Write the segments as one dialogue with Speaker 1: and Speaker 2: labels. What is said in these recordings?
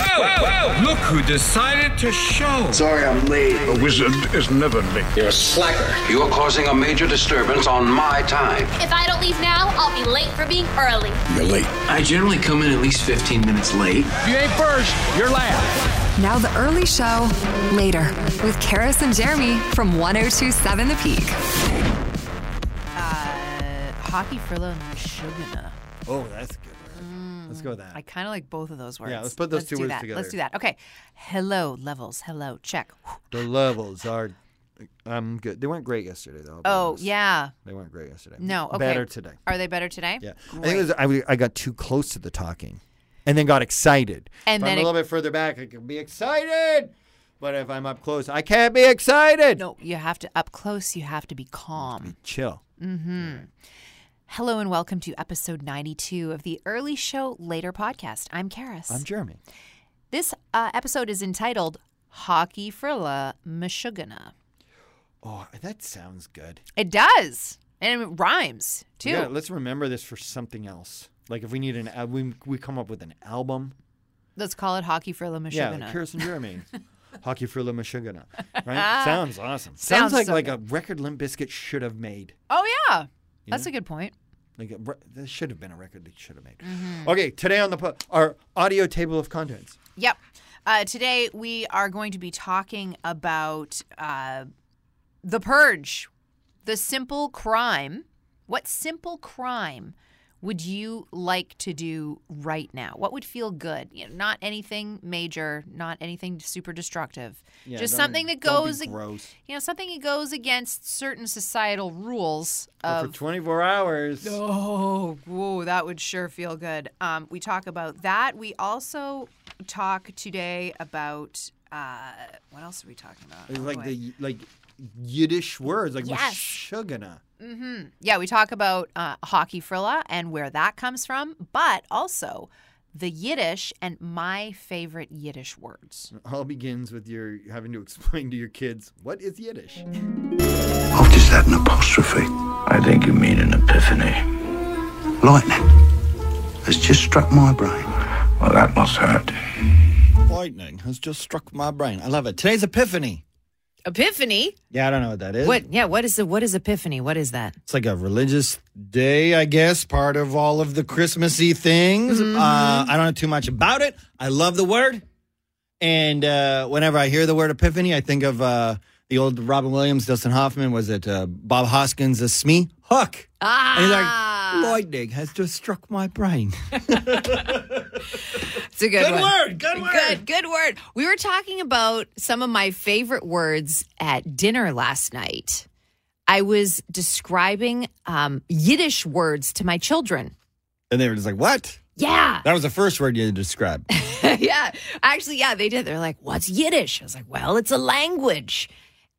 Speaker 1: whoa, Look who decided to show.
Speaker 2: Sorry I'm late.
Speaker 3: A wizard is never late.
Speaker 4: You're a slacker.
Speaker 5: You're causing a major disturbance on my time.
Speaker 6: If I don't leave now, I'll be late for being early.
Speaker 4: You're late.
Speaker 7: I generally come in at least 15 minutes late.
Speaker 8: If you ain't first, you're last.
Speaker 9: Now the early show, later, with Karis and Jeremy from 1027 The Peak.
Speaker 10: Uh, hockey Frillo and Shugana.
Speaker 11: Oh, that's good. Mm, let's go with that.
Speaker 10: I kind of like both of those words.
Speaker 11: Yeah, let's put those
Speaker 10: let's
Speaker 11: two
Speaker 10: do
Speaker 11: words
Speaker 10: that.
Speaker 11: together.
Speaker 10: Let's do that. Okay. Hello, levels. Hello, check. Oh,
Speaker 11: The levels are. I'm good. They weren't great yesterday, though. I'll be
Speaker 10: Oh,
Speaker 11: honest.
Speaker 10: yeah.
Speaker 11: They weren't great yesterday.
Speaker 10: No, okay.
Speaker 11: Better today.
Speaker 10: Are they better today?
Speaker 11: Yeah. I think
Speaker 10: Great.
Speaker 11: it was, I, w- I got too close to the talking and then got excited.
Speaker 10: And
Speaker 11: if
Speaker 10: then
Speaker 11: I'm
Speaker 10: it-
Speaker 11: a little bit further back, I can be excited. But if I'm up close, I can't be excited.
Speaker 10: No, you have to up close, you have to be calm.
Speaker 11: Chill.
Speaker 10: Mm-hmm. Hello and welcome to episode 92 of the Early Show Later podcast. I'm Karis.
Speaker 11: I'm Jeremy.
Speaker 10: This uh, episode is entitled Hockey Frilla Michigana.
Speaker 11: Oh, that sounds good.
Speaker 10: It does. And it rhymes too.
Speaker 11: Yeah, let's remember this for something else. Like if we need an, al- we we come up with an album.
Speaker 10: Let's call it Hockey Frilla Michigana.
Speaker 11: Yeah, like Kirsten Jeremy. Hockey for La Michigana. Right? Sounds awesome. Sounds,
Speaker 10: Ah. Sounds
Speaker 11: like
Speaker 10: so
Speaker 11: like a record Limp Biscuit should have made.
Speaker 10: oh, yeah.
Speaker 11: You
Speaker 10: That's
Speaker 11: know?
Speaker 10: a good point.
Speaker 11: Like a, re- this should have been a record they should have made.
Speaker 10: Mm-hmm.
Speaker 11: Okay, today on the po- our audio table of contents.
Speaker 10: Yep. Uh, today we are going to be talking about uh, the purge, the simple crime. What simple crime would you like to do right now? What would feel good? You know, not anything major, not anything super destructive.
Speaker 11: Yeah,
Speaker 10: Just
Speaker 11: don't-
Speaker 10: something that
Speaker 11: don't be
Speaker 10: goes, ag-
Speaker 11: gross.
Speaker 10: you know, something that goes against certain societal rules
Speaker 11: But
Speaker 10: of
Speaker 11: Oh, for 24 hours.
Speaker 10: Oh, whoa, that would sure feel good. Um, we talk about that. We also talk today about uh, what else are we talking about?
Speaker 11: It's
Speaker 10: Oh,
Speaker 11: like
Speaker 10: boy.
Speaker 11: the like Yiddish words like
Speaker 10: Yes.
Speaker 11: Meshugana.
Speaker 10: yeah, we talk about uh, hockey frilla and where that comes from, but also the Yiddish and my favorite Yiddish words.
Speaker 11: All begins with your having to explain to your kids what is Yiddish.
Speaker 2: What is that an apostrophe? I think you mean an epiphany. Lightning. Has just struck my brain. Well, that must hurt.
Speaker 8: Lightning has just struck my brain. I love it. Today's Epiphany.
Speaker 10: Epiphany.
Speaker 8: Yeah, I don't know what that is.
Speaker 10: What? Yeah. What is the? What is Epiphany? What is that?
Speaker 8: It's like a religious day, I guess, part of all of the Christmassy things.
Speaker 12: Mm-hmm.
Speaker 8: Uh, I don't know too much about it. I love the word. And uh, whenever I hear the word epiphany, I think of uh, the old Robin Williams, Dustin Hoffman, was it uh, Bob Hoskins, a Smee? Hook. And he's
Speaker 12: Ah.
Speaker 8: like, lightning has just struck my brain.
Speaker 12: It's a good,
Speaker 8: Good
Speaker 12: one.
Speaker 8: word, good word.
Speaker 12: Good, good word. We were talking about some of my favorite words at dinner last night. I was describing um, Yiddish words to my children.
Speaker 8: And they were just like, what?
Speaker 12: Yeah.
Speaker 8: That was the first word you described.
Speaker 12: yeah. Actually, yeah, they did. They're like, "What's Yiddish?" I was like, "Well, it's a language."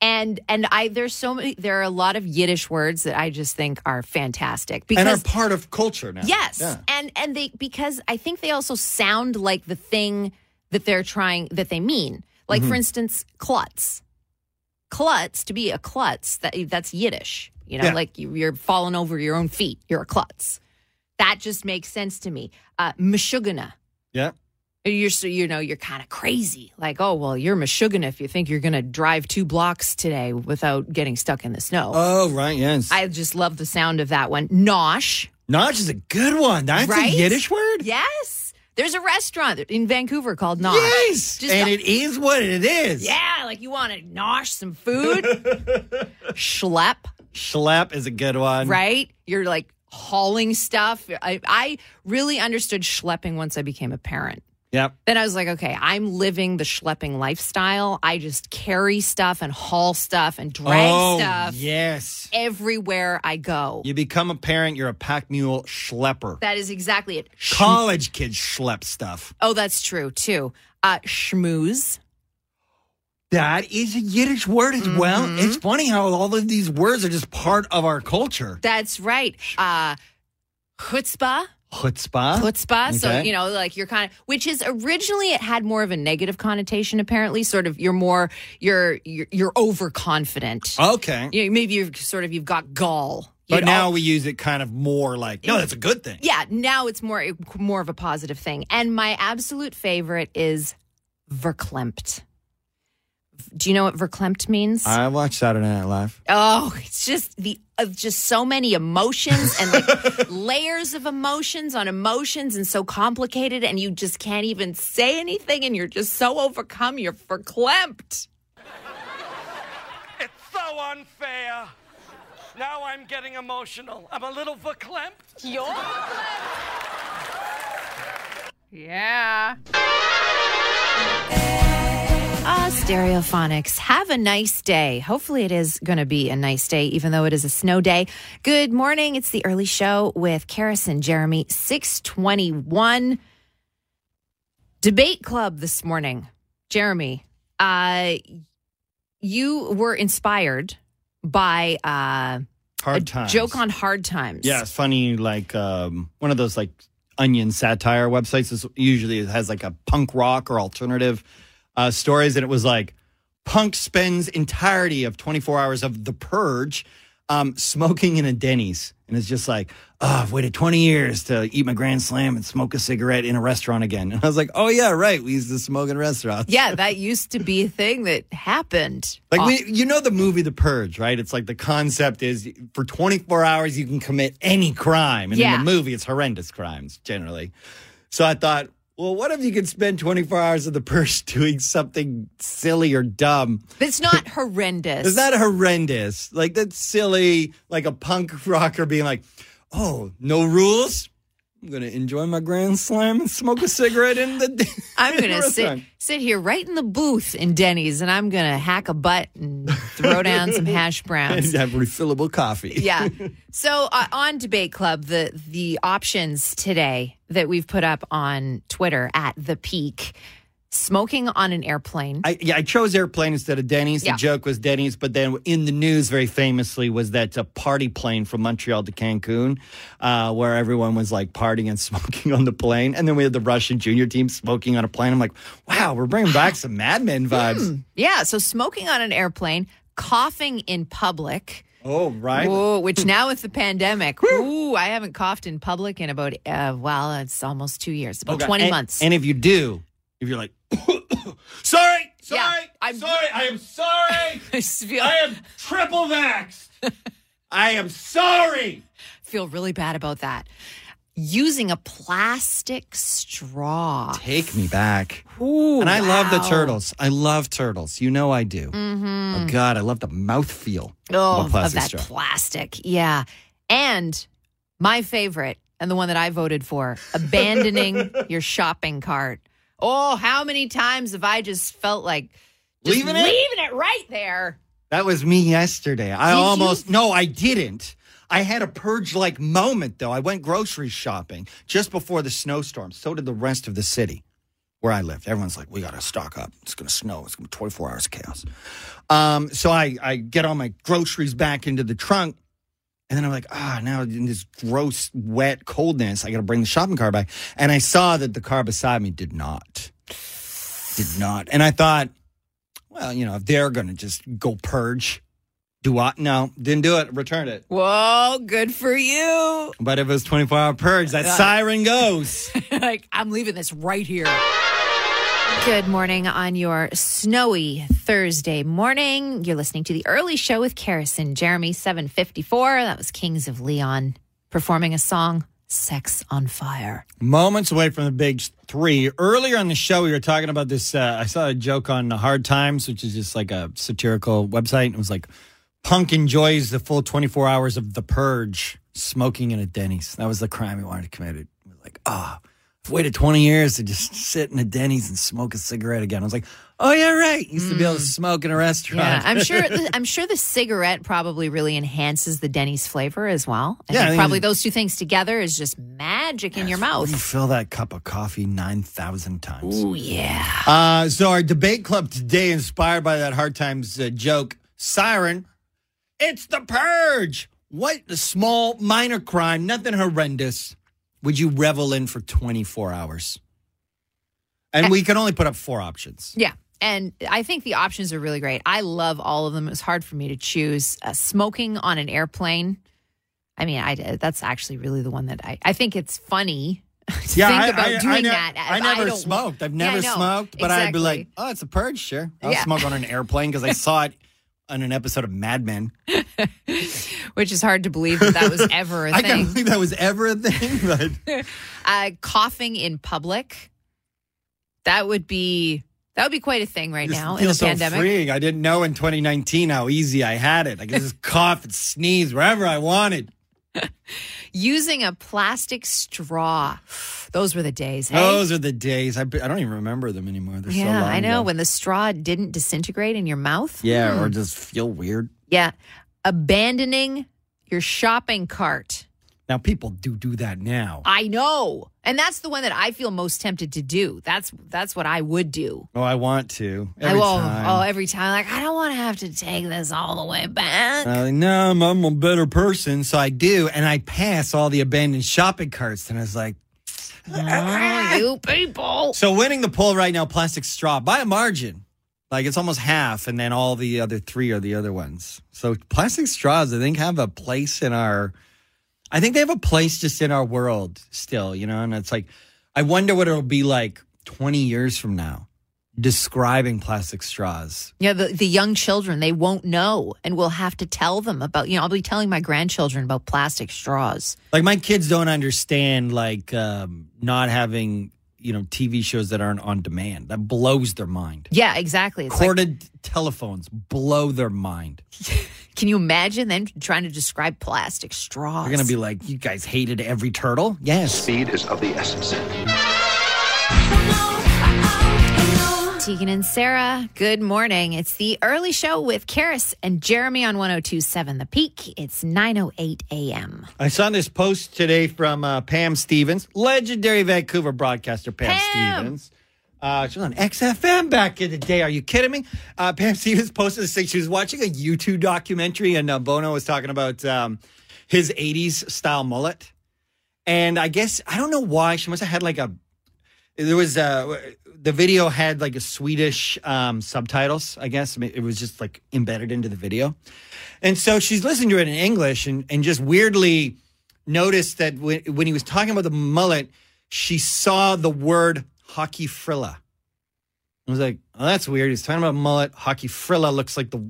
Speaker 12: And and I there's so many there are a lot of Yiddish words that I just think are fantastic because
Speaker 8: and are part of culture now.
Speaker 12: Yes.
Speaker 8: Yeah.
Speaker 12: And and they because I think they also sound like the thing that they're trying that they mean. Like for
Speaker 8: Mhm.
Speaker 12: instance, klutz. Klutz to be a klutz that that's Yiddish. You know,
Speaker 8: Yeah.
Speaker 12: like you, you're falling over your own feet. You're a klutz. That just makes sense to me. Uh meshugana.
Speaker 8: Yeah.
Speaker 12: You're so you know you're kind of crazy. Like, oh well, you're meshugana if you think you're going to drive two blocks today without getting stuck in the snow.
Speaker 8: Oh, right. Yes.
Speaker 12: I just love the sound of that one. Nosh.
Speaker 8: Notch is a good one. That's
Speaker 12: Right?
Speaker 8: a Yiddish word?
Speaker 12: Yes. There's a restaurant in Vancouver called Nosh.
Speaker 8: Yes.
Speaker 12: Just
Speaker 8: and it is what it is.
Speaker 12: yeah, like you want to nosh some food. Schlep,
Speaker 8: Schlep is a good one.
Speaker 12: right? You're like hauling stuff. I, I really understood schlepping once I became a parent.
Speaker 8: Yep.
Speaker 12: Then I was like, okay, I'm living the schlepping lifestyle. I just carry stuff and haul stuff and drag
Speaker 8: oh,
Speaker 12: stuff
Speaker 8: yes.
Speaker 12: everywhere I go.
Speaker 8: You become a parent, you're a pack mule schlepper.
Speaker 12: That is exactly it. Sh-
Speaker 8: College kids schlep stuff.
Speaker 12: oh, that's true too. Uh, schmooze.
Speaker 8: That is a Yiddish word as well.
Speaker 12: Mm-hmm.
Speaker 8: It's funny how all of these words are just part of our culture.
Speaker 12: That's right. Uh, chutzpah.
Speaker 8: Chutzpah.
Speaker 12: chutzpah. So,
Speaker 8: Oh. Okay.
Speaker 12: you know, like you're kind of, which is originally it had more of a negative connotation, apparently. Sort of you're more, you're, you're, you're overconfident.
Speaker 8: Okay.
Speaker 12: You know, maybe you're sort of, you've got gall.
Speaker 8: Oh. But
Speaker 12: It
Speaker 8: now
Speaker 12: all-
Speaker 8: we use it kind of more like, no, that's a good thing.
Speaker 12: yeah, now it's more more of a positive thing. And my absolute favorite is verklempt. Do you know what verklempt means?
Speaker 8: I watched Saturday Night Live.
Speaker 12: Oh, it's just the uh, just so many emotions and like layers of emotions on emotions and so complicated and you just can't even say anything and you're just so overcome you're verklempt.
Speaker 3: It's so unfair. Now I'm getting emotional. I'm a little verklempt.
Speaker 10: You're Yeah.
Speaker 12: Ah, stereophonics. Have a nice day. Hopefully, it is going to be a nice day, even though it is a snow day. Good morning. It's the early show with Karis and Jeremy, 621. Debate club this morning. Jeremy, uh, you were inspired by uh,
Speaker 8: Hard times.
Speaker 12: joke on hard times.
Speaker 8: Yeah, it's funny. Like um, one of those like onion satire websites. This usually has like a punk rock or alternative uh, stories, and it was like punk spends entirety of 24 hours of the purge um, smoking in a Denny's, and it's just like, oh, I've waited 20 years to eat my grand slam and smoke a cigarette in a restaurant again. And I was like, oh yeah, right. We used to smoke in restaurants.
Speaker 12: Yeah, that used to be a thing that happened.
Speaker 8: Like we, you know the movie The Purge, right? It's like the concept is for 24 hours you can commit any crime, and
Speaker 12: Yeah.
Speaker 8: in the movie it's horrendous crimes generally. So I thought, well, what if you could spend 24 hours of The Purge doing something silly or dumb?
Speaker 12: It's not horrendous.
Speaker 8: Is that horrendous? Like that's silly, like a punk rocker being like, "Oh, no rules." I'm gonna enjoy my grand slam and smoke a cigarette in the.
Speaker 12: I'm
Speaker 8: in the
Speaker 12: gonna sit
Speaker 8: restaurant."
Speaker 12: sit here right in the booth in Denny's, and I'm gonna hack a butt and throw down some hash
Speaker 8: and
Speaker 12: browns.
Speaker 8: have refillable coffee.
Speaker 12: Yeah. So uh, on debate club, the the options today that we've put up on Twitter at the peak, smoking on an airplane.
Speaker 8: I, yeah, I chose airplane instead of Denny's.
Speaker 12: Yeah.
Speaker 8: The joke was Denny's, but then in the news, very famously, was that a party plane from Montreal to Cancun, uh, where everyone was like partying and smoking on the plane. And then we had the Russian junior team smoking on a plane. I'm like, wow, we're bringing back some Mad Men vibes.
Speaker 12: Hmm. yeah. So smoking on an airplane, coughing in public.
Speaker 8: Oh, right.
Speaker 12: Whoa, which now with the pandemic, ooh, I haven't coughed in public in about uh, well, it's almost two years, about
Speaker 8: Okay.
Speaker 12: twenty
Speaker 8: And-
Speaker 12: months.
Speaker 8: And if you do, if you're like, sorry, sorry,
Speaker 12: Yeah, I'm-
Speaker 8: sorry, I am sorry.
Speaker 12: I just feel-
Speaker 8: I am triple vaxxed. I am sorry.
Speaker 12: feel really bad about that. Using a plastic straw.
Speaker 8: Take me back. and I love the turtles. I love turtles. You know I do. Oh God, I love the mouthfeel
Speaker 12: Mm-hmm. Oh,
Speaker 8: of a
Speaker 12: of
Speaker 8: plastic
Speaker 12: that
Speaker 8: straw.
Speaker 12: plastic. Yeah. And my favorite, and the one that I voted for, abandoning your shopping cart. Oh, how many times have I just felt like just
Speaker 8: Leaving it?
Speaker 12: leaving it right there?
Speaker 8: that was me yesterday. I
Speaker 12: Did you-
Speaker 8: almost no, I didn't. I had a purge like moment though. I went grocery shopping just before the snowstorm. So did the rest of the city where I lived. Everyone's like, we gotta stock up. It's gonna snow. It's gonna be 24 hours of chaos. Um, so I, I get all my groceries back into the trunk. And then I'm like, ah, now in this gross, wet coldness, I got to bring the shopping cart back. And I saw that the car beside me did not. Did not. And I thought, well, you know, if they're going to just go purge, do what? No, didn't do it. Returned it.
Speaker 12: Whoa, good for you. Uh,
Speaker 8: But if it was 24 hour purge, that siren goes.
Speaker 12: like, I'm leaving this right here. Good morning on your snowy Thursday morning. You're listening to the early show with Karis and Jeremy, 754. That was Kings of Leon performing a song, Sex on Fire.
Speaker 8: Moments away from the big three. Earlier on the show, we were talking about this. Uh, I saw a joke on the Hard Times, which is just like a satirical website. And it was like, Punk enjoys the full 24 hours of the purge, smoking in a Denny's. That was the crime he wanted to commit. It was like, ah, I've waited 20 years to just sit in a Denny's and smoke a cigarette again. I was like, oh, yeah, right. Used to be able to smoke in a restaurant.
Speaker 12: Yeah, I'm sure. The, I'm sure the cigarette probably really enhances the Denny's flavor as well. I
Speaker 8: Yeah, I
Speaker 12: think
Speaker 8: think
Speaker 12: probably
Speaker 8: it's-
Speaker 12: those two things together is just magic in your
Speaker 8: Oh, You
Speaker 12: mouth.
Speaker 8: fill that cup of coffee 9,000 times.
Speaker 12: Ooh, yeah.
Speaker 8: Uh, so our debate club today, inspired by that hard times uh, joke, siren. It's the purge. What a small, minor crime, nothing horrendous. Would you revel in for 24 hours? And we can only put up four options.
Speaker 12: Yeah. And I think the options are really great. I love all of them. It was hard for me to choose. Uh, smoking on an airplane. I mean, I that's actually really the one that I I think it's funny. To
Speaker 8: Yeah,
Speaker 12: think
Speaker 8: I-
Speaker 12: about
Speaker 8: I- I
Speaker 12: doing
Speaker 8: ne-
Speaker 12: that.
Speaker 8: I
Speaker 12: as
Speaker 8: never
Speaker 12: don't-
Speaker 8: smoked. I've
Speaker 12: Yeah,
Speaker 8: never
Speaker 12: I know.
Speaker 8: smoked, but I'd be like,
Speaker 12: Exactly.
Speaker 8: oh, it's a purge, sure. I'll
Speaker 12: Yeah.
Speaker 8: smoke on an airplane because I saw it on an episode of Mad Men.
Speaker 12: which is hard to believe that that was ever a
Speaker 8: I can't
Speaker 12: thing.
Speaker 8: believe that was ever a thing, but
Speaker 12: Uh, coughing in public, that would be that would be quite a thing right now in the
Speaker 8: feels so
Speaker 12: pandemic.
Speaker 8: freeing. I didn't know in 2019 how easy I had it. I could just cough and sneeze wherever I wanted.
Speaker 12: Using a plastic straw, those were the days. Hey?
Speaker 8: Those are the days. I, I don't even remember them anymore. They're so
Speaker 12: yeah,
Speaker 8: long
Speaker 12: I know
Speaker 8: ago.
Speaker 12: when the straw didn't disintegrate in your mouth.
Speaker 8: Yeah,
Speaker 12: Hmm.
Speaker 8: or just feel weird.
Speaker 12: yeah, abandoning your shopping cart.
Speaker 8: Now people do do that now.
Speaker 12: I know. And that's the one that I feel most tempted to do. That's that's what I would do.
Speaker 8: Oh, I want to.
Speaker 12: I
Speaker 8: Every
Speaker 12: will
Speaker 8: time.
Speaker 12: oh every time like I don't want to have to take this all the way back.
Speaker 8: And I was like, no, I'm, I'm a better person, so I do. And I pass all the abandoned shopping carts, and I was like, Uh-huh.
Speaker 12: Oh, you people.
Speaker 8: so winning the poll right now, plastic straw by a margin. Like it's almost half, and then all the other three are the other ones. So plastic straws, I think, have a place in our. I think they have a place just in our world still, you know. And it's like, I wonder what it'll be like 20 years from now, describing plastic straws.
Speaker 12: Yeah, the, the young children, they won't know and we'll have to tell them about, you know, I'll be telling my grandchildren about plastic straws.
Speaker 8: Like my kids don't understand like um, not having you know TV shows that aren't on demand. That blows their mind.
Speaker 12: Yeah, exactly. It's like,
Speaker 8: Corded telephones blow their mind.
Speaker 12: can you imagine them trying to describe plastic straws?
Speaker 8: They're gonna be like, "You guys hated every turtle." Yes.
Speaker 5: Speed is of the essence.
Speaker 12: Tegan and Sarah, good morning. It's the early show with Karis and Jeremy on 1027 The Peak. It's 9.08 a.m.
Speaker 8: I saw this post today from uh, Pam Stevens, legendary Vancouver broadcaster Pam,
Speaker 12: Pam!
Speaker 8: Stevens. Uh, she was on XFM back in the day. Are you kidding me? Uh, Pam Stevens posted this thing. She was watching a YouTube documentary, and uh, Bono was talking about um, his 80s style mullet. And I guess, I don't know why, she must have had like a there was uh the video had like a swedish um subtitles i guess I mean, it was just like embedded into the video and so she's listening to it in english and and just weirdly noticed that when, when he was talking about the mullet she saw the word hockey frilla i was like oh that's weird he's talking about mullet hockey frilla looks like the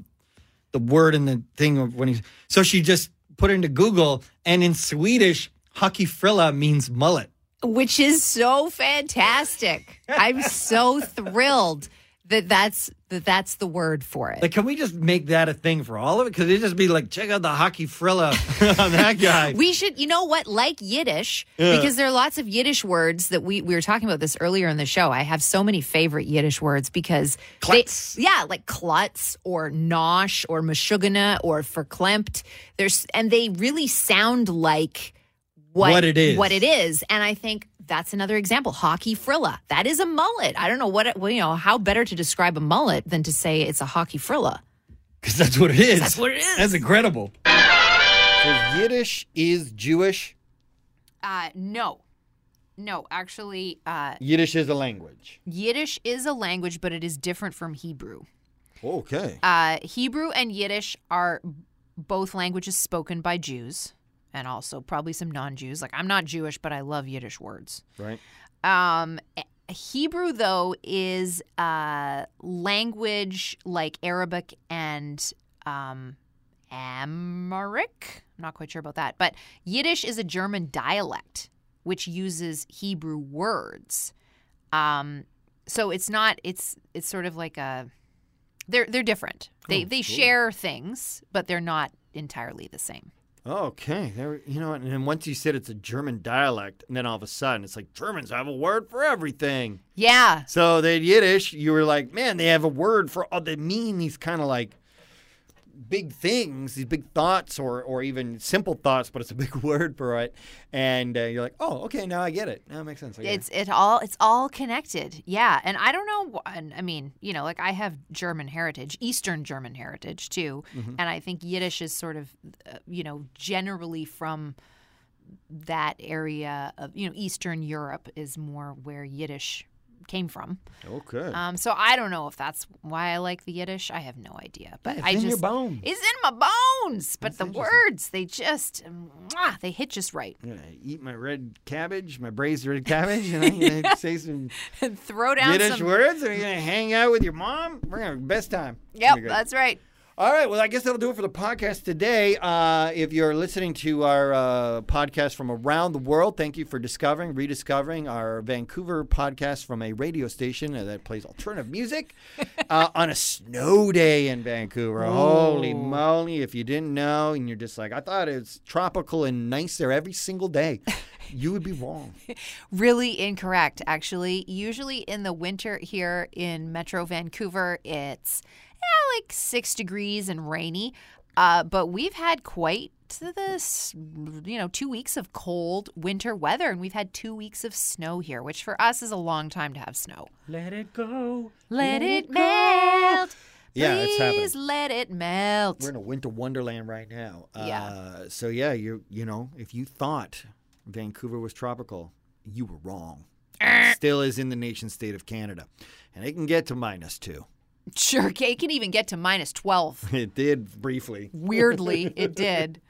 Speaker 8: the word in the thing of when he's so she just put it into google and in swedish hockey frilla means mullet
Speaker 12: Which is so fantastic. I'm so thrilled that that's, that that's the word for it.
Speaker 8: Like, can we just make that a thing for all of it? Because it'd just be like, check out the hockey frilla on that guy.
Speaker 12: We should, you know what, like Yiddish,
Speaker 8: Yeah.
Speaker 12: because there are lots of Yiddish words that we we were talking about this earlier in the show. I have so many favorite Yiddish words because
Speaker 8: Klutz.
Speaker 12: they, yeah, like klutz or nosh or mashugana or verklempt. There's and they really sound like what,
Speaker 8: What it is.
Speaker 12: What it is, and I think. That's another example. Hockey frilla. That is a mullet. I don't know what, it, well, you know, how better to describe a mullet than to say it's a hockey frilla.
Speaker 8: Because that's what it is.
Speaker 12: That's what it is.
Speaker 8: That's incredible.
Speaker 11: So Yiddish is Jewish.
Speaker 10: Uh, no, no. Actually, uh,
Speaker 11: Yiddish is a language.
Speaker 10: Yiddish is a language, but it is different from Hebrew.
Speaker 11: Okay.
Speaker 10: Uh, Hebrew and Yiddish are both languages spoken by Jews and also probably some non-Jews. Like I'm not Jewish, but I love Yiddish words.
Speaker 11: Right.
Speaker 10: Um, e- Hebrew though is a language like Arabic and um, Amharic. I'm not quite sure about that, but Yiddish is a German dialect which uses Hebrew words. Um, so it's not. It's it's sort of like a. They're they're different. They they share things, but they're not entirely the same.
Speaker 11: Okay. There, you know, and then once you said it's a German dialect, and then all of a sudden it's like Germans have a word for everything.
Speaker 10: Yeah.
Speaker 11: So the Yiddish, you were like, man, they have a word for all they mean these kind of like big things, these big thoughts, or or even simple thoughts, but it's a big word for it. And uh, you're like, oh, okay, now I get it. Now it makes sense. I get
Speaker 10: It's it all it's all connected. Yeah, and I don't know. wh- And I mean, you know, like I have German heritage, Eastern German heritage too,
Speaker 8: Mm-hmm.
Speaker 10: and I think Yiddish is sort of, uh, you know, generally from that area of you know Eastern Europe is more where Yiddish
Speaker 12: came from.
Speaker 8: Okay.
Speaker 12: Um, so I don't know if that's why I like the Yiddish. I have no idea, but
Speaker 8: Yeah, it's
Speaker 12: I
Speaker 8: in
Speaker 12: just
Speaker 8: your bones.
Speaker 12: It's in my bones, but the words they just mwah, they hit just right.
Speaker 8: I'm gonna eat my red cabbage, my braised red cabbage, and I'm gonna say some
Speaker 12: And throw down
Speaker 8: Yiddish
Speaker 12: some
Speaker 8: words. And you're gonna hang out with your mom. We're gonna have the best time. It's gonna
Speaker 12: Yep,
Speaker 8: be great.
Speaker 12: that's right.
Speaker 8: All right. Well, I guess that'll do it for the podcast today. Uh, if you're listening to our uh, podcast from around the world, thank you for discovering, rediscovering our Vancouver podcast from a radio station uh, that plays alternative music uh, on a snow day in Vancouver. Holy moly. If you didn't know and you're just like, I thought it was tropical and nice there every single day, you would be wrong.
Speaker 12: Really incorrect, actually. Usually in the winter here in Metro Vancouver, it's eh, like six degrees and rainy. Uh, but we've had quite this, you know, two weeks of cold winter weather, and we've had two weeks of snow here, which for us is a long time to have snow.
Speaker 8: Let it go.
Speaker 12: Let it melt.
Speaker 8: Yeah, it's happening.
Speaker 12: Please let it melt.
Speaker 8: We're in a winter wonderland right now.
Speaker 12: Yeah.
Speaker 8: Uh, so yeah, you you know, if you thought Vancouver was tropical, you were wrong. It Still is in the nation state of Canada, and it can get to minus two.
Speaker 12: Sure, it can even get to minus 12.
Speaker 8: It did briefly.
Speaker 12: Weirdly, it did.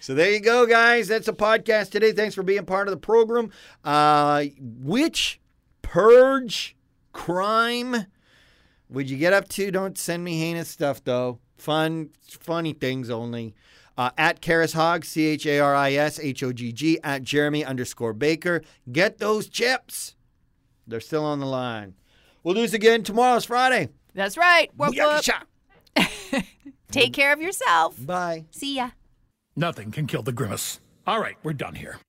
Speaker 8: So there you go, guys. That's the podcast today. Thanks for being part of the program. Uh, which purge crime would you get up to? Don't send me heinous stuff though. Fun, funny things only. Uh, at Karis Hogg, C H A R I S H O G G, at Jeremy underscore Baker. Get those chips. They're still on the line. We'll do this again tomorrow's Friday.
Speaker 12: That's right. Whoop, whoop.
Speaker 8: Booyakasha.
Speaker 12: Take care of yourself.
Speaker 8: Bye.
Speaker 12: See ya.
Speaker 1: Nothing can kill the grimace. All right, we're done here.